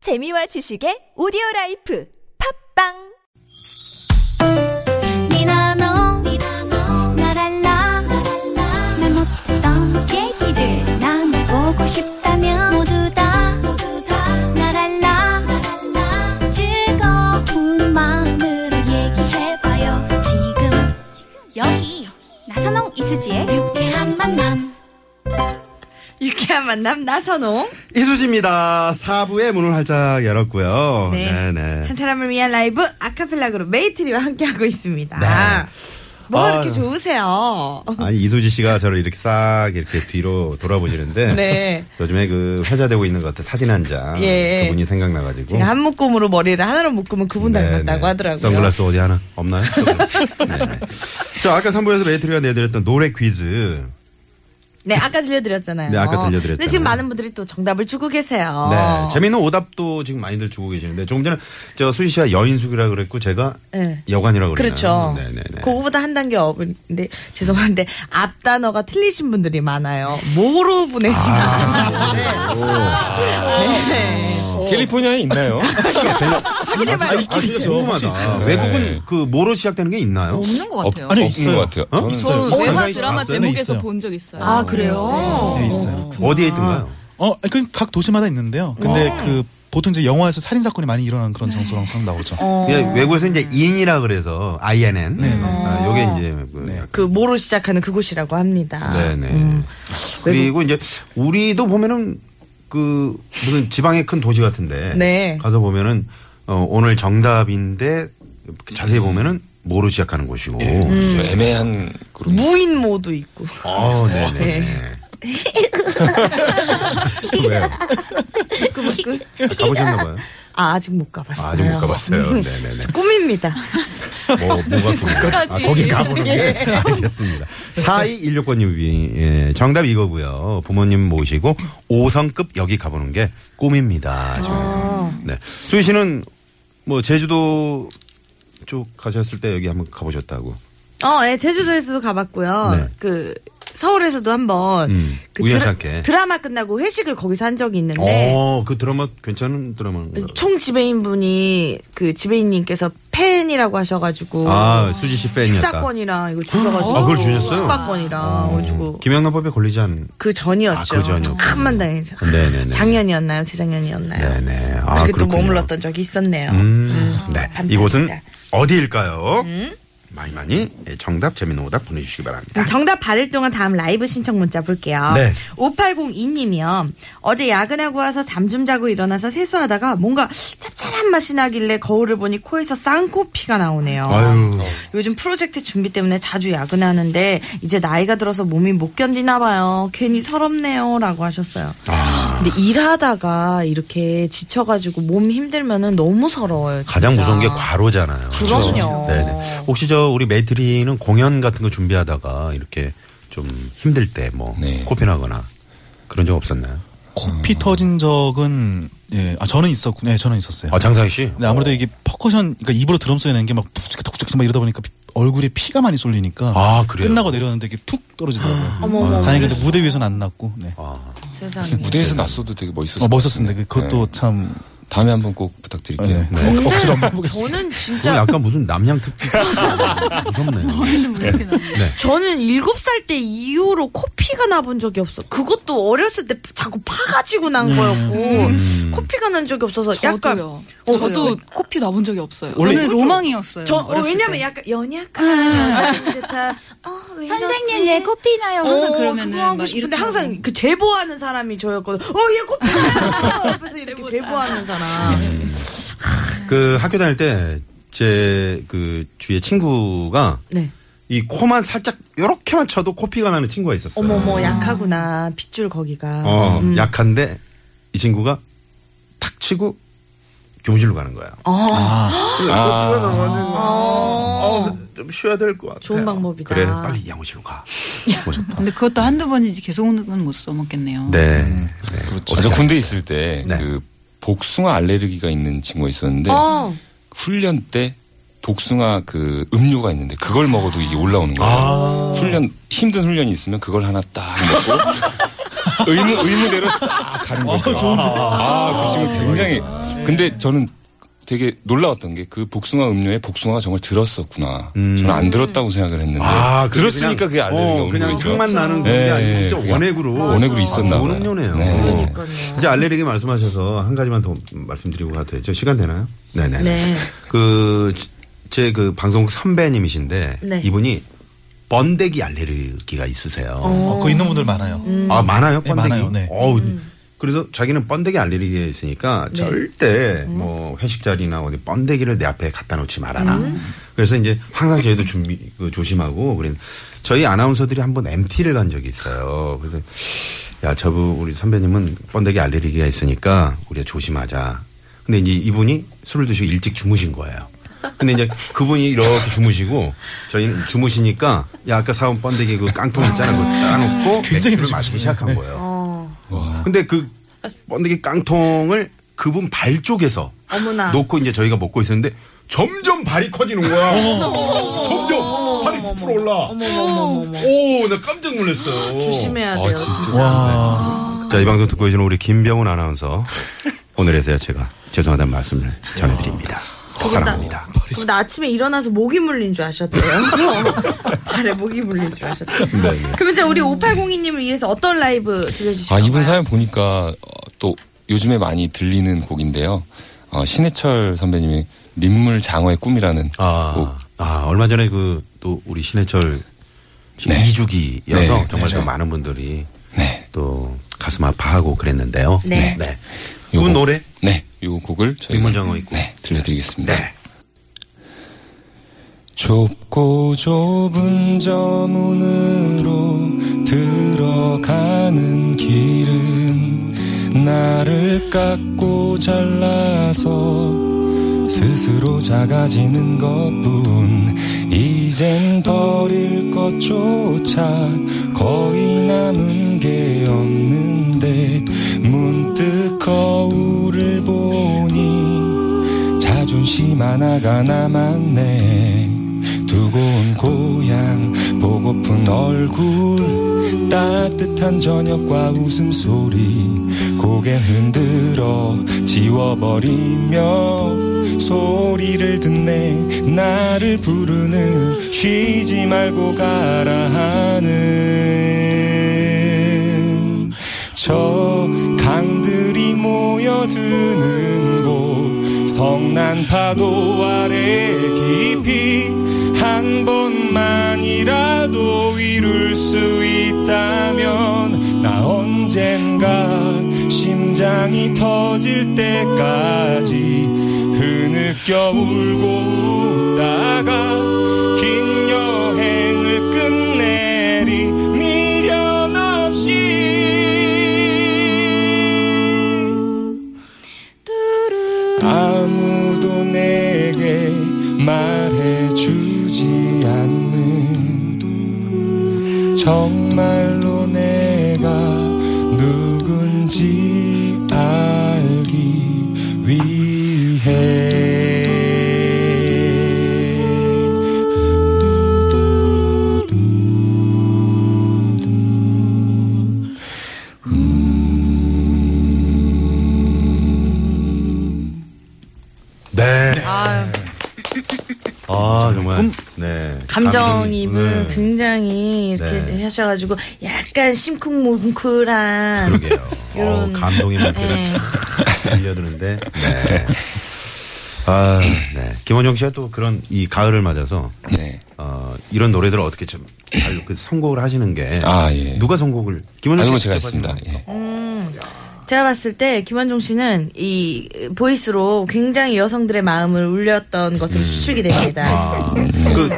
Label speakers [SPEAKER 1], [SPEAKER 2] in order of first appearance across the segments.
[SPEAKER 1] 재미와 지식의 오디오 라이프 팝빵
[SPEAKER 2] 니나노 나랄라 말 못했던 얘기를 나눠보고 싶다면 모두 다 나랄라 즐거운 마음으로 얘기해봐요 지금 여기 나선홍 이수지의 유쾌한 만남
[SPEAKER 3] 유쾌한 만남 나선홍.
[SPEAKER 4] 이수지입니다. 4부의 문을 활짝 열었고요.
[SPEAKER 3] 네.
[SPEAKER 4] 네,
[SPEAKER 3] 한
[SPEAKER 4] 네.
[SPEAKER 3] 사람을 위한 라이브 아카펠라 그룹 메이트리와 함께하고 있습니다.
[SPEAKER 4] 네.
[SPEAKER 3] 뭐가
[SPEAKER 4] 아유. 뭐?
[SPEAKER 3] 이렇게 좋으세요?
[SPEAKER 4] 아니, 이수지 씨가 저를 이렇게 싹 이렇게 뒤로 돌아보시는데.
[SPEAKER 3] 네.
[SPEAKER 4] 요즘에 그 회자되고 있는 것 같아. 사진 한 장.
[SPEAKER 3] 예.
[SPEAKER 4] 그분이 생각나가지고.
[SPEAKER 3] 제가 한 묶음으로 머리를 하나로 묶으면 그분
[SPEAKER 4] 네,
[SPEAKER 3] 닮았다고
[SPEAKER 4] 네.
[SPEAKER 3] 하더라고요.
[SPEAKER 4] 선글라스 어디 하나? 없나요? 선글라스. 네, 네. 자, 아까 3부에서 메이트리가 내드렸던 노래 퀴즈.
[SPEAKER 3] 네, 아까 들려드렸잖아요.
[SPEAKER 4] 네, 아까 들려드렸잖아요.
[SPEAKER 3] 근데 지금 많은 분들이 또 정답을 주고 계세요.
[SPEAKER 4] 네. 재미있는 오답도 지금 많이들 주고 계시는데. 조금 전에 저 수지 씨가 여인숙이라 그랬고 제가
[SPEAKER 3] 네.
[SPEAKER 4] 여관이라고 그랬나요?
[SPEAKER 3] 그렇죠.
[SPEAKER 4] 네, 네, 네.
[SPEAKER 3] 그거보다 한 단계 업인데 죄송한데 앞 단어가 틀리신 분들이 많아요. 뭐로 보내시나?
[SPEAKER 4] 아,
[SPEAKER 3] 네.
[SPEAKER 5] 어. 캘리포니아에 있나요?
[SPEAKER 3] 확인해봐요.
[SPEAKER 4] 아, 있긴 있죠. 궁금하다.
[SPEAKER 5] 네.
[SPEAKER 4] 외국은 그 뭐로 시작되는 게 있나요?
[SPEAKER 6] 없는 것 같아요.
[SPEAKER 5] 아니 음, 있는 것 같아요.
[SPEAKER 4] 어?
[SPEAKER 6] 저는
[SPEAKER 4] 없어요.
[SPEAKER 6] 외화
[SPEAKER 4] 없어요.
[SPEAKER 6] 드라마
[SPEAKER 4] 없어요.
[SPEAKER 6] 제목에서
[SPEAKER 7] 있어요.
[SPEAKER 6] 본 적 있어요.
[SPEAKER 3] 아 그래요?
[SPEAKER 7] 네, 있어요.
[SPEAKER 4] 어디에 있던가요?
[SPEAKER 7] 어, 그럼 각 도시마다 있는데요. 근데
[SPEAKER 6] 어.
[SPEAKER 7] 그 보통 이제 영화에서 살인 사건이 많이 일어나는 그런
[SPEAKER 6] 네.
[SPEAKER 7] 장소랑 상 나오죠.
[SPEAKER 6] 어.
[SPEAKER 3] 어.
[SPEAKER 4] 이게 외국에서 이제 인이라 그래서 INN. 아, 요게 이제 그 약간-
[SPEAKER 3] 그 뭐로 시작하는 그곳이라고 합니다.
[SPEAKER 4] 네네.
[SPEAKER 3] 음.
[SPEAKER 4] 그리고 이제 우리도 보면은 그 무슨 지방의 큰 도시 같은데
[SPEAKER 3] 네.
[SPEAKER 4] 가서 보면은 어, 오늘 정답인데 자세히 보면은 뭐로 시작하는 곳이고. 음.
[SPEAKER 5] 좀 애매한 그룹.
[SPEAKER 4] 뭐.
[SPEAKER 6] 음.
[SPEAKER 3] 무인 모도 있고.
[SPEAKER 4] 어, 네네. 왜요? 가보셨나 봐요.
[SPEAKER 3] 아 아직 못
[SPEAKER 4] 아,
[SPEAKER 3] 가봤어요. 음.
[SPEAKER 4] 아직 못 가봤어요. 네네네.
[SPEAKER 3] 저 꿈입니다.
[SPEAKER 4] 뭐, 뭐가 궁금하지? 아, 거기 가보는 게
[SPEAKER 3] 예.
[SPEAKER 4] 알겠습니다. 4216번님이, 예, 정답 이거고요 부모님 모시고 5성급 여기 가보는 게 꿈입니다. 하시면서.
[SPEAKER 3] 아.
[SPEAKER 4] 네. 수희 씨는 뭐, 제주도 쪽 가셨을 때 여기 한번 가보셨다고.
[SPEAKER 3] 어, 예, 제주도에서도 가봤고요.
[SPEAKER 4] 네.
[SPEAKER 3] 그 서울에서도 한번
[SPEAKER 4] 음,
[SPEAKER 3] 그
[SPEAKER 4] 우연찮게.
[SPEAKER 3] 드라, 마 끝나고 회식을 거기서 한 적이 있는데
[SPEAKER 4] 어, 그 드라마 괜찮은 드라마인가요?
[SPEAKER 3] 총 지배인 분이 그 지배인님께서 팬이라고 하셔가지고
[SPEAKER 4] 아, 수지 씨 팬이었다.
[SPEAKER 3] 식사권이랑 이거 주셔가지고
[SPEAKER 4] 아, 그걸 주셨어요?
[SPEAKER 3] 숙박권이랑 이거 주고
[SPEAKER 4] 음. 김영란법에 걸리지 않은.
[SPEAKER 3] 그 전이었죠.
[SPEAKER 4] 아, 그 전이었군요.
[SPEAKER 3] 한만 당했죠.
[SPEAKER 4] 네네네.
[SPEAKER 3] 작년이었나요? 재작년이었나요?
[SPEAKER 4] 네네. 아,
[SPEAKER 3] 그렇게 또
[SPEAKER 4] 그렇군요.
[SPEAKER 3] 머물렀던 적이 있었네요.
[SPEAKER 4] 음, 네.
[SPEAKER 3] 반갑습니다. 음?
[SPEAKER 4] 이곳은 어디일까요? 많이 많이 예, 정답 재미있는 오답 보내주시기 바랍니다.
[SPEAKER 3] 정답 받을 동안 다음 라이브 신청 문자 볼게요.
[SPEAKER 4] 네.
[SPEAKER 3] 5802님이요. 어제 야근하고 와서 잠 좀 자고 일어나서 세수하다가 뭔가 짭짤한 맛이 나길래 거울을 보니 코에서 쌍코피가 나오네요.
[SPEAKER 4] 아유.
[SPEAKER 3] 요즘 프로젝트 준비 때문에 자주 야근하는데 이제 나이가 들어서 몸이 못 견디나 봐요. 괜히 서럽네요라고 하셨어요.
[SPEAKER 4] 아,
[SPEAKER 3] 근데 일하다가 이렇게 지쳐가지고 몸 힘들면은 너무 서러워요. 진짜.
[SPEAKER 4] 가장 무서운 게 과로잖아요. 그렇죠?
[SPEAKER 3] 그럼요.
[SPEAKER 4] 네네. 혹시 저 우리 메이트리는 공연 같은 거 준비하다가 이렇게 좀 힘들 때 뭐
[SPEAKER 5] 네.
[SPEAKER 4] 코피나거나 그런 적 없었나요?
[SPEAKER 7] 코피 터진 적은 예, 아 저는 있었군요. 예, 저는 있었어요.
[SPEAKER 4] 아 장사희 씨.
[SPEAKER 7] 근데 네, 아무래도 이게 퍼커션, 그러니까 입으로 드럼 소리 내는 게막 툭툭툭툭 툭툭 막 이러다 보니까 피- 얼굴에 피가 많이 쏠리니까
[SPEAKER 4] 아, 그래요?
[SPEAKER 7] 끝나고 내려왔는데 이게 툭 떨어지더라고요. 아,
[SPEAKER 3] 어머, 어머,
[SPEAKER 7] 다행히 근데 무대 위에서는 안 났고. 네.
[SPEAKER 3] 세상에.
[SPEAKER 5] 무대에서 났어도 되게 멋있었어요. 뭐-
[SPEAKER 7] 어, 멋있었는데 그것도 참
[SPEAKER 5] 다음에 한번 꼭 부탁드릴게요.
[SPEAKER 7] 네.
[SPEAKER 6] 음.
[SPEAKER 7] 네. 억지로 한번 해보겠습니다.
[SPEAKER 3] 저는
[SPEAKER 4] 저
[SPEAKER 3] 진짜 뭐
[SPEAKER 4] 약간 무슨 남양 특집 무섭네요.
[SPEAKER 3] 저는 일곱 살 때 이후로 코피가 나본 적이 없어. 그것도 어렸을 때 자꾸 파가지고 난 거였고 코피가 난 적이 없어서 약간
[SPEAKER 6] 저도요. 저도 코피 나본 적이 없어요.
[SPEAKER 8] 저는 로망이었어요.
[SPEAKER 3] 저 어,
[SPEAKER 8] 어렸을
[SPEAKER 3] 왜냐면
[SPEAKER 8] 때. 음.
[SPEAKER 3] 약간 연약한 사람들 듯한 어,
[SPEAKER 8] 네. 선생님 얘 코피 나요. 항상 그러면은
[SPEAKER 3] 그거 하고
[SPEAKER 8] 막
[SPEAKER 3] 싶은데
[SPEAKER 8] 이렇게
[SPEAKER 3] 항상 그 제보하는 사람이 저였거든. 어, 얘 코피 나요. 옆에서 이렇게 제보하는 사람.
[SPEAKER 4] 그 학교 다닐 때 제 그 주위에 친구가
[SPEAKER 3] 네.
[SPEAKER 4] 이 코만 살짝 요렇게만 쳐도 코피가 나는 친구가 있었어요.
[SPEAKER 3] 어머머 약하구나. 핏줄 거기가. 음.
[SPEAKER 4] 어, 약한데 이 친구가 탁 치고 교무실로 가는 거야.
[SPEAKER 3] 아.
[SPEAKER 4] 아.
[SPEAKER 3] 어.
[SPEAKER 4] 좀 쉬어야 될 것 같아.
[SPEAKER 3] 아. 좋은 방법이다.
[SPEAKER 4] 그래, 빨리 양호실로 가.
[SPEAKER 8] 막- 근데 그것도 한두 번이지 계속은 못 써먹겠네요.
[SPEAKER 4] 네. 네.
[SPEAKER 5] 아, 저 군대 있을 때 그
[SPEAKER 4] 네.
[SPEAKER 5] 복숭아 알레르기가 있는 친구가 있었는데
[SPEAKER 3] 어.
[SPEAKER 5] 훈련 때 복숭아 그 음료가 있는데 그걸
[SPEAKER 4] 아.
[SPEAKER 5] 먹어도 이게 올라오는 거예요. 훈련 힘든 훈련이 있으면 그걸 하나 딱 먹고 의무 의무대로 싹 가는
[SPEAKER 4] 어,
[SPEAKER 5] 거죠. 아, 그 친구 굉장히. 근데 저는 되게 놀라웠던 게 그 복숭아 음료에 복숭아가 정말 들었었구나. 저는 안 들었다고 생각을 했는데.
[SPEAKER 4] 음. 아, 그게
[SPEAKER 5] 들었으니까 아, 그게
[SPEAKER 4] 그냥,
[SPEAKER 5] 알레르기가
[SPEAKER 4] 네. 어,
[SPEAKER 5] 오는
[SPEAKER 4] 그냥
[SPEAKER 5] 거죠.
[SPEAKER 4] 향만 나는 건데
[SPEAKER 5] 예,
[SPEAKER 4] 아니고
[SPEAKER 5] 예,
[SPEAKER 4] 진짜
[SPEAKER 5] 그냥
[SPEAKER 4] 원액으로
[SPEAKER 5] 원액으로 있었나
[SPEAKER 4] 아, 좋은
[SPEAKER 5] 봐요.
[SPEAKER 4] 음료네요.
[SPEAKER 5] 네.
[SPEAKER 3] 그러니까요.
[SPEAKER 4] 이제 알레르기 말씀하셔서 한 가지만 더 말씀드리고 가도 되죠. 시간 되나요? 네네.
[SPEAKER 3] 네.
[SPEAKER 4] 그제 그 방송국 선배님이신데
[SPEAKER 3] 네.
[SPEAKER 4] 이분이 번데기 알레르기가 있으세요.
[SPEAKER 7] 어, 그거 있는 분들 많아요.
[SPEAKER 6] 음.
[SPEAKER 4] 아 많아요
[SPEAKER 7] 네,
[SPEAKER 4] 번데기.
[SPEAKER 7] 많아요, 네.
[SPEAKER 4] 어우, 그래서 자기는 번데기 알레르기에 있으니까 절대 뭐 회식 자리나 어디 번데기를 내 앞에 갖다 놓지 말아라. 그래서 이제 항상 저희도 준비 그 조심하고 그린 저희 아나운서들이 한번 MT를 간 적이 있어요. 그래서 야 저분 우리 선배님은 번데기 알레르기가 있으니까 우리가 조심하자. 근데 이제 이분이 술을 드시고 일찍 주무신 거예요. 근데 이제 그분이 이렇게 주무시고 저희는 주무시니까 야 아까 사온 번데기 그 깡통 있잖아 그거 따놓고
[SPEAKER 7] 굉장히
[SPEAKER 4] 맥주를 마시기 시작한 거예요. 근데 그 번데기 깡통을 그분 발 쪽에서
[SPEAKER 3] 어머나.
[SPEAKER 4] 놓고 이제 저희가 먹고 있었는데 점점 발이 커지는 거야. 점점 발이 부풀어 올라. 오, 나 깜짝 놀랐어요.
[SPEAKER 3] 조심해야 돼요. 아, 진짜.
[SPEAKER 4] 자, 이 방송 듣고 계시는 우리 김병훈 아나운서 오늘에서야 제가 죄송하다는 말씀을 전해드립니다. 사랑합니다.
[SPEAKER 3] 그럼 나 아침에 일어나서 목이 물린 줄 아셨대요. 발에 목이 물린 줄 아셨대요. 그럼 이제 우리 5802님을 위해서 어떤 라이브 들려주실까요?
[SPEAKER 5] 아, 이분 사연 보니까 어, 또 요즘에 많이 들리는 곡인데요. 어, 신해철 선배님의 민물 장어의 꿈이라는 곡.
[SPEAKER 4] 아, 아, 얼마 전에 그 또 우리 신해철
[SPEAKER 5] 네.
[SPEAKER 4] 2주기여서
[SPEAKER 5] 네,
[SPEAKER 4] 정말
[SPEAKER 5] 네,
[SPEAKER 4] 그
[SPEAKER 5] 네.
[SPEAKER 4] 많은 분들이
[SPEAKER 5] 네.
[SPEAKER 4] 또 가슴 아파하고 그랬는데요.
[SPEAKER 3] 네.
[SPEAKER 4] 그
[SPEAKER 5] 요거-
[SPEAKER 4] 노래
[SPEAKER 5] 네. 요 곡을 저희가
[SPEAKER 4] 민물 장어 있고.
[SPEAKER 5] 네, 들려드리겠습니다.
[SPEAKER 4] 네.
[SPEAKER 5] 좁고 좁은 저 문으로 들어가는 길은 나를 깎고 잘라서 스스로 작아지는 것뿐 이젠 버릴 것조차 거의 남은 게 없는데 문득 거울을 보니 자존심 하나가 남았네 두고 온 고향 보고픈 얼굴 따뜻한 저녁과 웃음소리 고개 흔들어 지워버리며 소리를 듣네 나를 부르는 쉬지 말고 가라 하는 저 강들이 모여드는 곳 성난 파도 아래 깊이 한 번만이라도 이룰 수 있다면 나 언젠가 심장이 터질 때까지 그 흐느껴 울고 웃다가 긴 여행을 끝내리 미련 없이 아무도 내게 말해주지 않는 정말로 내가 누군지 알기 위해
[SPEAKER 4] 네. 아, 정말. 네.
[SPEAKER 3] 감정입을
[SPEAKER 4] 네.
[SPEAKER 3] 굉장히 이렇게
[SPEAKER 4] 네.
[SPEAKER 3] 하셔가지고 약간 심쿵뭉클한
[SPEAKER 4] 그러게요. 어,
[SPEAKER 3] 이런-
[SPEAKER 4] 감동의 물결을
[SPEAKER 3] 네.
[SPEAKER 4] 쫙 들려드는데. 네. 아, 네. 김원정 씨가 또 그런 이 가을을 맞아서
[SPEAKER 5] 네.
[SPEAKER 4] 어, 이런 노래들을 어떻게 참그 선곡을 하시는 게
[SPEAKER 5] 아, 예.
[SPEAKER 4] 누가 선곡을 김원정
[SPEAKER 5] 아, 이거
[SPEAKER 4] 씨가
[SPEAKER 5] 제가
[SPEAKER 4] 직접 하시는
[SPEAKER 5] 했습니다.
[SPEAKER 4] 겁니까?
[SPEAKER 3] 제가 봤을 때 김원종 씨는 이 보이스로 굉장히 여성들의 마음을 울렸던 것으로 추측이 됩니다.
[SPEAKER 4] 아, 그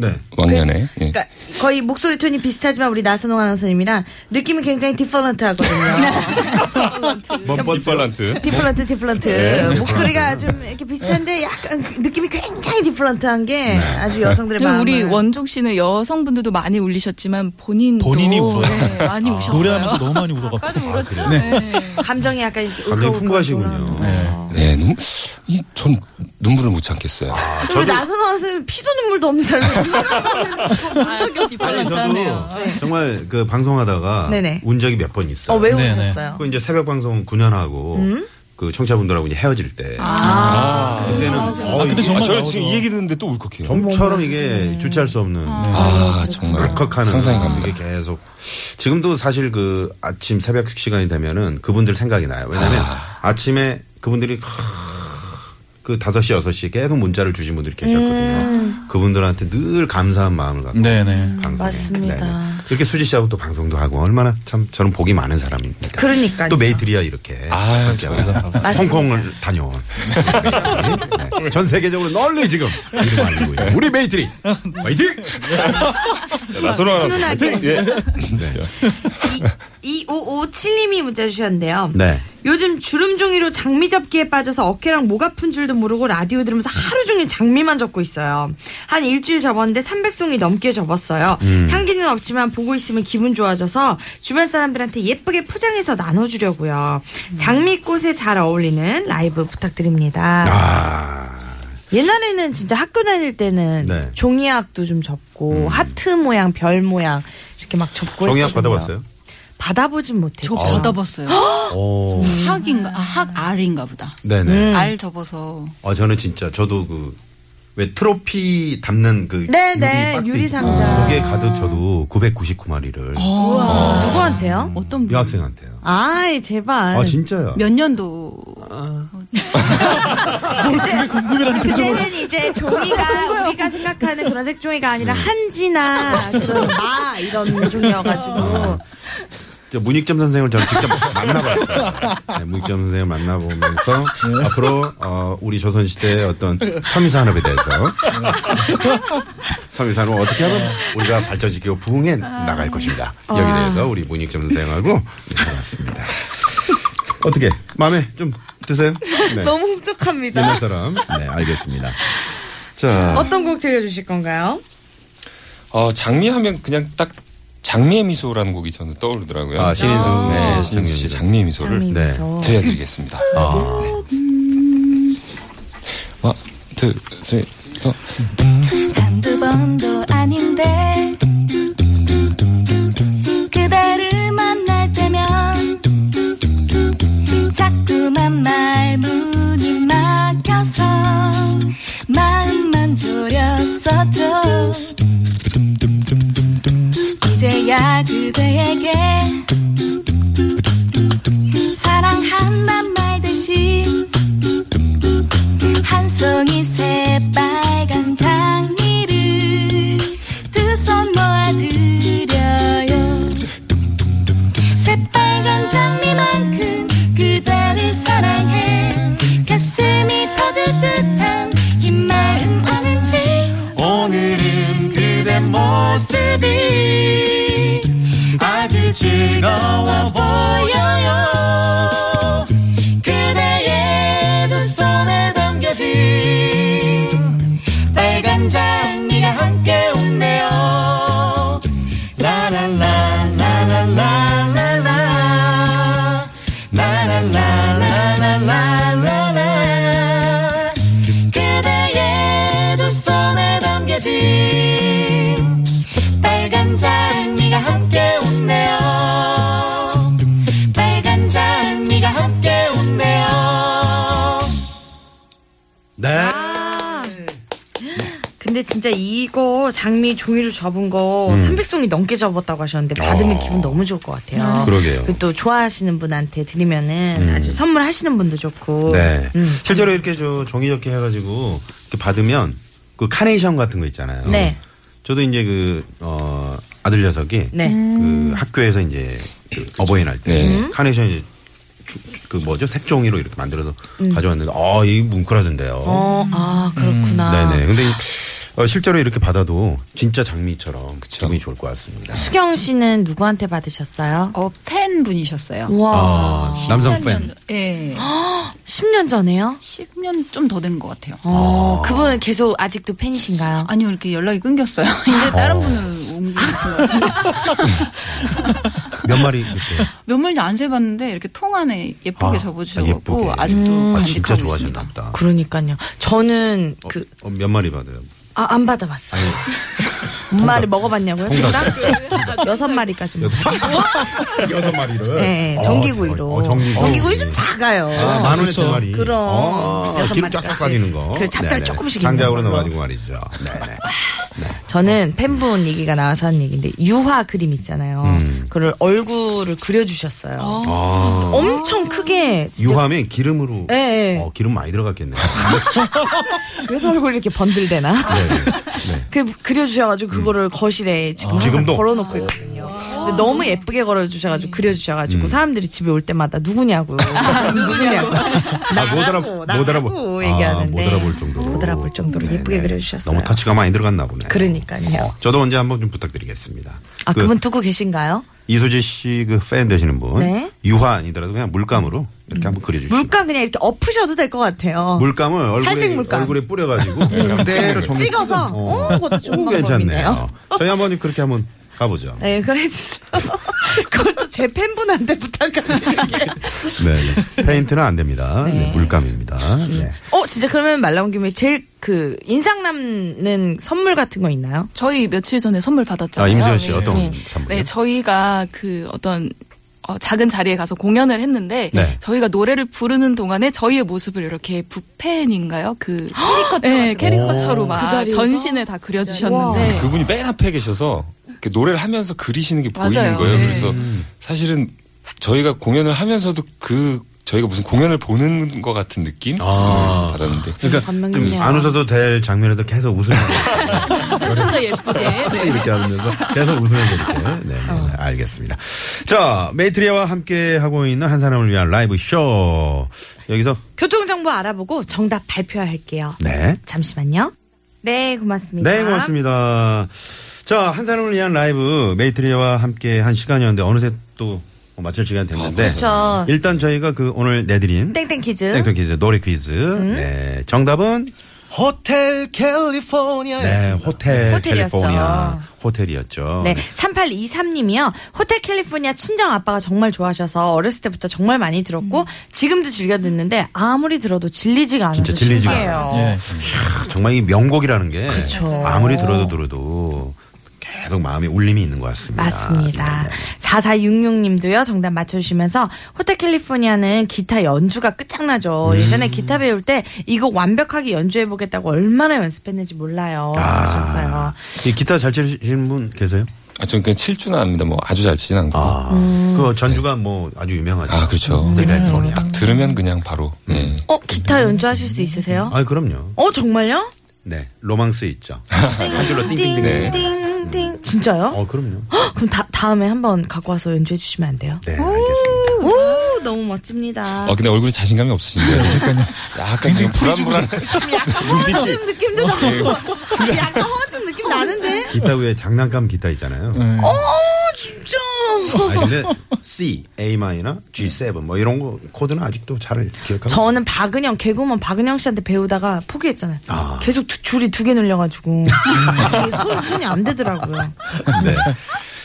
[SPEAKER 4] 네.
[SPEAKER 5] 왕년에. 예.
[SPEAKER 3] 그러니까 거의 목소리 톤이 비슷하지만 우리 나선홍 아나운서님이랑 느낌이 굉장히 디퍼런트하거든요.
[SPEAKER 5] 디팔란트.
[SPEAKER 3] 디플런트 디플런트 어, 목소리가 좀 이렇게 비슷한데 약간 그 느낌이 굉장히 디플런트한 게 아주 여성들의
[SPEAKER 6] 근데
[SPEAKER 3] 마음을
[SPEAKER 6] 네, 우리 원종 씨는 여성분들도 많이 울리셨지만 본인도
[SPEAKER 7] 본인이 울어요? 아.
[SPEAKER 6] 네, 많이 우셨어요.
[SPEAKER 7] 노래하면서 너무 많이 울어갖고.
[SPEAKER 8] 아까도 울었죠?
[SPEAKER 7] 네.
[SPEAKER 3] 감정이 약간 이렇게
[SPEAKER 4] 감정이
[SPEAKER 3] 울컥울컥
[SPEAKER 4] 풍부하시군요. 네.
[SPEAKER 3] 올라오는.
[SPEAKER 5] 네, 너무 이전 눈물을 못 참겠어요.
[SPEAKER 3] 그리고 나선호 선생님 피도 눈물도 없는 사람이
[SPEAKER 6] 본적이
[SPEAKER 4] 아니 저도 정말 그 방송하다가
[SPEAKER 3] 네. 네네.
[SPEAKER 4] 운 적이 몇 번 있어요.
[SPEAKER 3] 어왜
[SPEAKER 7] 네네.
[SPEAKER 3] 오셨어요? 음?
[SPEAKER 4] 그 이제 새벽 방송 9년 하고 그 청취자분들하고 이제 헤어질 때
[SPEAKER 5] 아,
[SPEAKER 4] 그때는
[SPEAKER 7] 아, 근데 정말
[SPEAKER 5] 저는
[SPEAKER 7] 나오죠.
[SPEAKER 5] 지금 이 얘기 듣는데 또 울컥해요.
[SPEAKER 4] 좀처럼 이게 주체할 수 없는
[SPEAKER 5] 네. 아, 정말
[SPEAKER 4] 울컥하는
[SPEAKER 5] 상상이 갑니다.
[SPEAKER 4] 이게 계속 지금도 사실 그 아침 새벽 시간이 되면은 그분들 생각이 나요. 왜냐면 아. 침에 그분들이 그 5시 6시에 계속 문자를 주신 분들이 계셨거든요.
[SPEAKER 5] 음.
[SPEAKER 4] 그분들한테 늘 감사한 마음을 갖고
[SPEAKER 7] 네네.
[SPEAKER 4] 방송에.
[SPEAKER 3] 맞습니다.
[SPEAKER 4] 이렇게 수지 씨하고 또 방송도 하고 얼마나 참 저는 복이 많은 사람입니다.
[SPEAKER 3] 그러니까요.
[SPEAKER 4] 또 메이트리아 이렇게
[SPEAKER 5] 아,
[SPEAKER 4] 함께하고 홍콩을 다녀온 네. 전 세계적으로 널리 지금 이름 알리고 있는 우리 메이트리 화이팅!
[SPEAKER 5] 나선호 아나운서
[SPEAKER 3] 훈훈하게.
[SPEAKER 5] 화이팅! 예.
[SPEAKER 4] 네.
[SPEAKER 3] 2557님이 문자 주셨는데요.
[SPEAKER 4] 네.
[SPEAKER 3] 요즘 주름 종이로 장미 접기에 빠져서 어깨랑 목 아픈 줄도 모르고 라디오 들으면서 하루 종일 장미만 접고 있어요. 한 일주일 접었는데 300송이 넘게 접었어요.
[SPEAKER 4] 음.
[SPEAKER 3] 향기는 없지만 보고 있으면 기분 좋아져서 주변 사람들한테 예쁘게 포장해서 나눠주려고요. 장미꽃에 잘 어울리는 라이브 부탁드립니다.
[SPEAKER 4] 아,
[SPEAKER 3] 옛날에는 진짜 학교 다닐 때는
[SPEAKER 4] 네. 음.
[SPEAKER 3] 종이학도 좀 접고 하트 모양, 별 모양 이렇게 막 접고
[SPEAKER 4] 정의학
[SPEAKER 3] 했거든요.
[SPEAKER 4] 받아봤어요?
[SPEAKER 3] 받아보진
[SPEAKER 8] 저
[SPEAKER 3] 못했죠.
[SPEAKER 8] 받아봤어요.
[SPEAKER 4] 오.
[SPEAKER 8] 학인가, 아, 학 R인가 보다.
[SPEAKER 3] 음.
[SPEAKER 4] 네네.
[SPEAKER 8] R 접어서.
[SPEAKER 4] 아, 저는 진짜 저도 그 왜 트로피 담는 그
[SPEAKER 3] 네네,
[SPEAKER 4] 유리 박스
[SPEAKER 3] 유리
[SPEAKER 4] 있죠?
[SPEAKER 3] 상자. 어.
[SPEAKER 4] 거기에 가득 저도 999마리를
[SPEAKER 3] 누구한테요?
[SPEAKER 8] 어떤 분?
[SPEAKER 4] 여학생한테요.
[SPEAKER 3] 아이 네. 제발.
[SPEAKER 4] 아 진짜요?
[SPEAKER 8] 몇 년도.
[SPEAKER 3] 그때는 네. 아, 이제 종이가 우리가 생각하는 그런 색종이가 아니라 한지나 그런 마 이런 종이여가지고
[SPEAKER 4] 저 문익점 선생을 저는 직접 만나봤어요. 네, 문익점 선생을 만나보면서 앞으로 어, 우리 조선시대의 어떤 섬유산업에 대해서 섬유산업을 어떻게 하면 우리가 발전시키고 부흥해 나갈 것인가 여기 대해서 우리 문익점 선생하고 알았습니다. 어떻게 마음에 좀 드세요? 네.
[SPEAKER 3] 너무 흡족합니다.
[SPEAKER 4] 옛날 사람. 네 알겠습니다. 자
[SPEAKER 3] 어떤 곡 들려주실 건가요?
[SPEAKER 5] 어, 장미하면 그냥 딱 장미의 미소라는 곡이 저는 떠오르더라고요.
[SPEAKER 4] 아, 신인수
[SPEAKER 5] 네,
[SPEAKER 4] 씨의
[SPEAKER 5] 신인수 씨의 장미의 미소를
[SPEAKER 4] 네.
[SPEAKER 3] 장미에서
[SPEAKER 5] 들려드리겠습니다.
[SPEAKER 4] 아.
[SPEAKER 5] 원, 투, 쓰리, 포.
[SPEAKER 2] 한두 번도 아닌데 그대를 만날 때면 자꾸만 말문이 막혀서 마음만 졸였었죠 이제야 그대에게 사랑한단 말 대신 한 송이 새빨간 장미를 두 손 모아드려요 새빨간 장미만큼 그대를 사랑해 가슴이 터질 듯한 이 마음 아는지 오늘은 그대 모습이 아주 즐거워 보여요 그대의 두 손에 담겨진 빨간 장미가 함께 웃네요 라라라라라라라라 라라라라라라라라 그대의 두 손에 담겨진 빨간 장미가 함께 웃네요 빨간 장미가 함께 웃네요
[SPEAKER 4] 네.
[SPEAKER 3] 근데 진짜 이거 장미 종이로 접은 거 300송이 넘게 접었다고 하셨는데 받으면
[SPEAKER 4] 음. 아. 음,
[SPEAKER 3] 기분 너무 좋을 것 같아요.
[SPEAKER 4] 그러게요. 음.
[SPEAKER 3] 그리고 또 좋아하시는 분한테 드리면은 아주 선물하시는 분도 좋고.
[SPEAKER 4] 네.
[SPEAKER 3] 음.
[SPEAKER 4] 실제로 이렇게 저 종이 접기 해가지고 이렇게 받으면 그 카네이션 같은 거 있잖아요.
[SPEAKER 3] 네.
[SPEAKER 4] 저도 이제 그, 어, 아들 녀석이
[SPEAKER 3] 네.
[SPEAKER 8] 음.
[SPEAKER 4] 그 학교에서 이제 그 어버이날 때 카네이션 이제 주- 그 뭐죠? 색종이로 이렇게 만들어서
[SPEAKER 8] 음.
[SPEAKER 4] 가져왔는데 아, 이 뭉클하던데요.
[SPEAKER 3] 어, 아 그렇구나.
[SPEAKER 4] 음, 네네. 근데 이- 어, 실제로 이렇게 받아도 진짜 장미처럼 기분이 좋을 것 같습니다.
[SPEAKER 3] 수경 씨는 누구한테 받으셨어요?
[SPEAKER 8] 어, 팬분이셨어요.
[SPEAKER 3] 와,
[SPEAKER 4] 아, 남성 팬.
[SPEAKER 8] 10년, 예.
[SPEAKER 3] 10년 전에요?
[SPEAKER 8] 10년 좀 더 된 것 같아요.
[SPEAKER 3] 어, 그분은 계속 아직도 팬이신가요?
[SPEAKER 8] 아니요,
[SPEAKER 4] 어.
[SPEAKER 8] 이렇게 연락이 끊겼어요. 이제 다른 분으로 옮기신 것 같아요.
[SPEAKER 4] 몇 마리 그때.
[SPEAKER 8] 몇 마리인지 안 세봤는데 이렇게 통 안에
[SPEAKER 4] 아,
[SPEAKER 8] 예쁘게 접어주셔갖고
[SPEAKER 4] 예쁘게.
[SPEAKER 8] 아직도
[SPEAKER 4] 아, 진짜
[SPEAKER 8] 간직하고
[SPEAKER 4] 좋아하셨나
[SPEAKER 8] 있습니다.
[SPEAKER 4] 보다.
[SPEAKER 3] 그러니까요. 저는 그 안
[SPEAKER 4] 어, 몇 마리 받아요?
[SPEAKER 3] 받아봤어요. 엄마를 먹어봤냐고요? 통닭? 여섯 마리까지. 먹-
[SPEAKER 4] 여섯 마리를.
[SPEAKER 3] 네, 정기구이로.
[SPEAKER 4] 어, 정기구이.
[SPEAKER 3] 좀 작아요.
[SPEAKER 4] 아, 만 원에 두
[SPEAKER 7] 그쵸.
[SPEAKER 4] 마리.
[SPEAKER 3] 그렇죠. 그럼.
[SPEAKER 4] 어,
[SPEAKER 3] 여섯
[SPEAKER 4] 기름
[SPEAKER 3] 마리까지.
[SPEAKER 4] 쫙쫙 빠지는 거.
[SPEAKER 3] 그래, 찹쌀
[SPEAKER 4] 네네.
[SPEAKER 3] 조금씩 있는
[SPEAKER 4] 장작으로
[SPEAKER 3] 걸로.
[SPEAKER 4] 넣어가지고 말이죠. 네네.
[SPEAKER 3] 저는 팬분 얘기가 나와서 하는 얘기인데 유화 그림 있잖아요.
[SPEAKER 4] 음.
[SPEAKER 3] 그걸 얼굴을 그려주셨어요.
[SPEAKER 4] 아.
[SPEAKER 3] 엄청 크게 진짜
[SPEAKER 4] 유하면 기름으로.
[SPEAKER 3] 예, 예.
[SPEAKER 4] 어, 기름 많이 들어갔겠네요. 아,
[SPEAKER 3] 그래서 얼굴이 이렇게 번들대나?
[SPEAKER 4] 네. 네.
[SPEAKER 3] 그 그려주셔가지고 그거를 거실에 지금 항상
[SPEAKER 4] 지금도?
[SPEAKER 3] 걸어놓고 있거든요. 근데 너무 예쁘게 걸어주셔가지고 그려주셔가지고
[SPEAKER 4] 음.
[SPEAKER 3] 사람들이 집에 올 때마다 누구냐고 누구냐고
[SPEAKER 4] 아, 못 알아
[SPEAKER 3] 나라고
[SPEAKER 4] 못 알아보
[SPEAKER 3] 나라고 얘기하는데
[SPEAKER 4] 아, 못 알아볼 정도로
[SPEAKER 3] 못 알아볼 정도로
[SPEAKER 4] 네네.
[SPEAKER 3] 예쁘게 그려주셨어요.
[SPEAKER 4] 너무 터치가 많이 들어갔나 보네.
[SPEAKER 3] 그러니까요.
[SPEAKER 4] 어, 저도 언제 한번 좀 부탁드리겠습니다.
[SPEAKER 3] 아 그, 분 듣고 계신가요?
[SPEAKER 4] 이소지 씨 그 팬 되시는 분
[SPEAKER 3] 네.
[SPEAKER 4] 유화 아니더라도 그냥 물감으로 이렇게 한번 그려주시면
[SPEAKER 3] 물감 그냥 이렇게 엎으셔도 될 것 같아요.
[SPEAKER 4] 물감을 얼굴에
[SPEAKER 3] 살색 물감. 음.
[SPEAKER 4] 얼굴에 뿌려가지고 그대로 좀
[SPEAKER 3] 찍어서 어, 그것도 좋은
[SPEAKER 4] 오,
[SPEAKER 3] 방법이네요.
[SPEAKER 4] 괜찮네요. 저희 한번 그렇게 한번 가보죠.
[SPEAKER 3] 네,
[SPEAKER 4] 네.
[SPEAKER 3] 그래 주세요. 그것도 제 팬분한테 부탁할게요.
[SPEAKER 4] 네. 페인트는 안 됩니다. 네,
[SPEAKER 3] 네.
[SPEAKER 4] 물감입니다. 네.
[SPEAKER 3] 어, 진짜 그러면 말 나온 김에 제일 그 인상 남는 선물 같은 거 있나요?
[SPEAKER 6] 저희 며칠 전에 선물
[SPEAKER 4] 아
[SPEAKER 6] 받았잖아요.
[SPEAKER 4] 임수연 씨
[SPEAKER 6] 네.
[SPEAKER 4] 어떤 선물?
[SPEAKER 6] 네, 저희가 그 어떤 어, 작은 자리에 가서 공연을 했는데
[SPEAKER 4] 네.
[SPEAKER 6] 저희가 노래를 부르는 동안에 저희의 모습을 이렇게 붓펜인가요? 그 캐리커처 네, 캐리커처로
[SPEAKER 3] 그
[SPEAKER 6] 막 전신에 다 그려 주셨는데
[SPEAKER 5] 그분이 맨 앞에 계셔서 이렇게 노래를 하면서 그리시는 게 보이는
[SPEAKER 6] 맞아요.
[SPEAKER 5] 거예요.
[SPEAKER 6] 네.
[SPEAKER 5] 그래서 사실은 저희가 공연을 하면서도 그 저희가 무슨 공연을 보는 것 같은 느낌 을
[SPEAKER 4] 아.
[SPEAKER 5] 받았는데
[SPEAKER 4] 그러니까 좀
[SPEAKER 3] 반면이네요.
[SPEAKER 4] 안 웃어도 될 장면에도 계속 웃으면서
[SPEAKER 6] 좀 더 예쁘게. 네.
[SPEAKER 4] 이렇게 하면서 계속 웃으면서 이렇게. 네, 네, 네, 알겠습니다. 자, 메이트리아와 함께 하고 있는 한 사람을 위한 라이브 쇼. 여기서
[SPEAKER 3] 교통 정보 알아보고 정답 발표할게요.
[SPEAKER 4] 네.
[SPEAKER 3] 잠시만요. 네, 고맙습니다.
[SPEAKER 4] 네, 고맙습니다. 자, 한 사람을 위한 라이브 메이트리아와 함께 한 시간이었는데 어느새 또 마칠 시간 됐는데
[SPEAKER 3] 그렇죠.
[SPEAKER 4] 일단 저희가 그 오늘 내드린
[SPEAKER 3] 땡땡 퀴즈. 음?
[SPEAKER 4] 땡땡 퀴즈 노래 퀴즈 네 정답은
[SPEAKER 2] 호텔 캘리포니아
[SPEAKER 4] 네 호텔
[SPEAKER 3] 호텔이었죠.
[SPEAKER 4] 캘리포니아 호텔이었죠.
[SPEAKER 3] 네, 3823님이요. 호텔 캘리포니아 친정 아빠가 정말 좋아하셔서 어렸을 때부터 정말 많이 들었고 지금도 즐겨 듣는데 아무리 들어도 질리지가 않아서
[SPEAKER 4] 진짜 질리지가
[SPEAKER 3] 신기해요.
[SPEAKER 7] 예.
[SPEAKER 4] 정말 이 명곡이라는 게
[SPEAKER 3] 그쵸.
[SPEAKER 4] 아무리 들어도 들어도 계속 마음에 울림이 있는 것 같습니다.
[SPEAKER 3] 맞습니다.
[SPEAKER 4] 네, 네.
[SPEAKER 3] 4466님도요, 정답 맞춰주시면서, 호텔 캘리포니아는 기타 연주가
[SPEAKER 4] 음.
[SPEAKER 3] 끝장나죠. 예전에 기타 배울 때, 이거 완벽하게 연주해보겠다고 얼마나 연습했는지 몰라요.
[SPEAKER 4] 아,
[SPEAKER 3] 하셨어요.
[SPEAKER 4] 네. 이 기타 잘 치시는 분 계세요?
[SPEAKER 5] 아, 저는 그냥 칠 줄은 압니다. 뭐 아주 잘 치진 않고 아,
[SPEAKER 4] 아,
[SPEAKER 3] 음.
[SPEAKER 4] 그 전주가 뭐 아주 유명하죠.
[SPEAKER 5] 그렇죠.
[SPEAKER 4] 캘리포니아.
[SPEAKER 5] 딱 들으면 그냥 바로 예.
[SPEAKER 3] 어, 기타 연주하실 수 있으세요?
[SPEAKER 4] 아, 그럼요.
[SPEAKER 3] 어, 정말요?
[SPEAKER 4] 네, 로망스 있죠. 한 줄로 띵띵띵.
[SPEAKER 5] 네.
[SPEAKER 3] 띵띵띵. 진짜요?
[SPEAKER 4] 어, 그럼요.
[SPEAKER 3] 헉, 그럼 다, 다음에 한번 갖고 와서 연주해주시면 안 돼요?
[SPEAKER 4] 네, 알겠습니다.
[SPEAKER 3] 오, 너무 멋집니다.
[SPEAKER 4] 어,
[SPEAKER 5] 아 근데 얼굴에 자신감이 없으신데요. 네, 그러니까요. 약간 지금 불안불안.
[SPEAKER 3] 지금 약간 허증 느낌도 나고. 약간 허증 느낌 나는데?
[SPEAKER 4] 기타 위에 장난감 기타 있잖아요.
[SPEAKER 3] 어, 진짜.
[SPEAKER 4] 아니, 근데 C, A 마이너, G7 뭐 이런 거 코드는 아직도 잘 기억하고.
[SPEAKER 3] 저는 박은영 개그우먼 박은영 씨한테 배우다가 포기했잖아요.
[SPEAKER 4] 아. 음.
[SPEAKER 3] 계속 두- 줄이 두 개 늘려가지고 이게 손, 손이 안 되더라고요.
[SPEAKER 4] 네.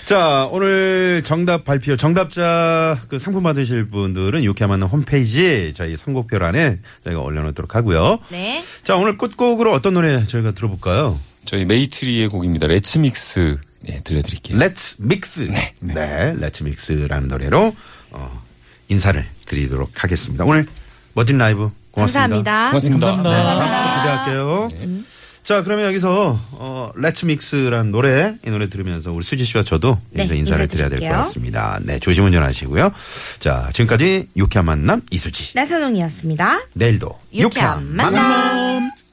[SPEAKER 4] 자, 오늘 정답 발표, 정답자 그 상품 받으실 분들은 유쾌한 만남 홈페이지 저희 선곡표란에 저희가 올려놓도록 하고요.
[SPEAKER 3] 네.
[SPEAKER 4] 자, 오늘 끝곡으로 어떤 노래 저희가 들어볼까요?
[SPEAKER 5] 저희 메이트리의 곡입니다. 레츠믹스 예, 들려드릴게요.
[SPEAKER 4] Let's Mix. 네. Let's Mix라는 노래로 어, 인사를 드리도록 하겠습니다. 오늘 멋진 라이브
[SPEAKER 3] 감사합니다.
[SPEAKER 4] 고맙습니다.
[SPEAKER 5] 고맙습니다.
[SPEAKER 4] 네, 다음 주도 기대할게요. 자, 그러면 여기서 어, Let's Mix라는 노래 이 노래 들으면서 우리 수지 씨와 저도 여기서 인사를 드려야 될 것
[SPEAKER 3] 네, 인사드릴게요.
[SPEAKER 4] 같습니다. 네, 조심 운전하시고요. 자, 지금까지 유쾌한 만남 이수지.
[SPEAKER 3] 나선홍이었습니다.
[SPEAKER 4] 내일도
[SPEAKER 3] 유쾌한 네. 만남.
[SPEAKER 4] 만남.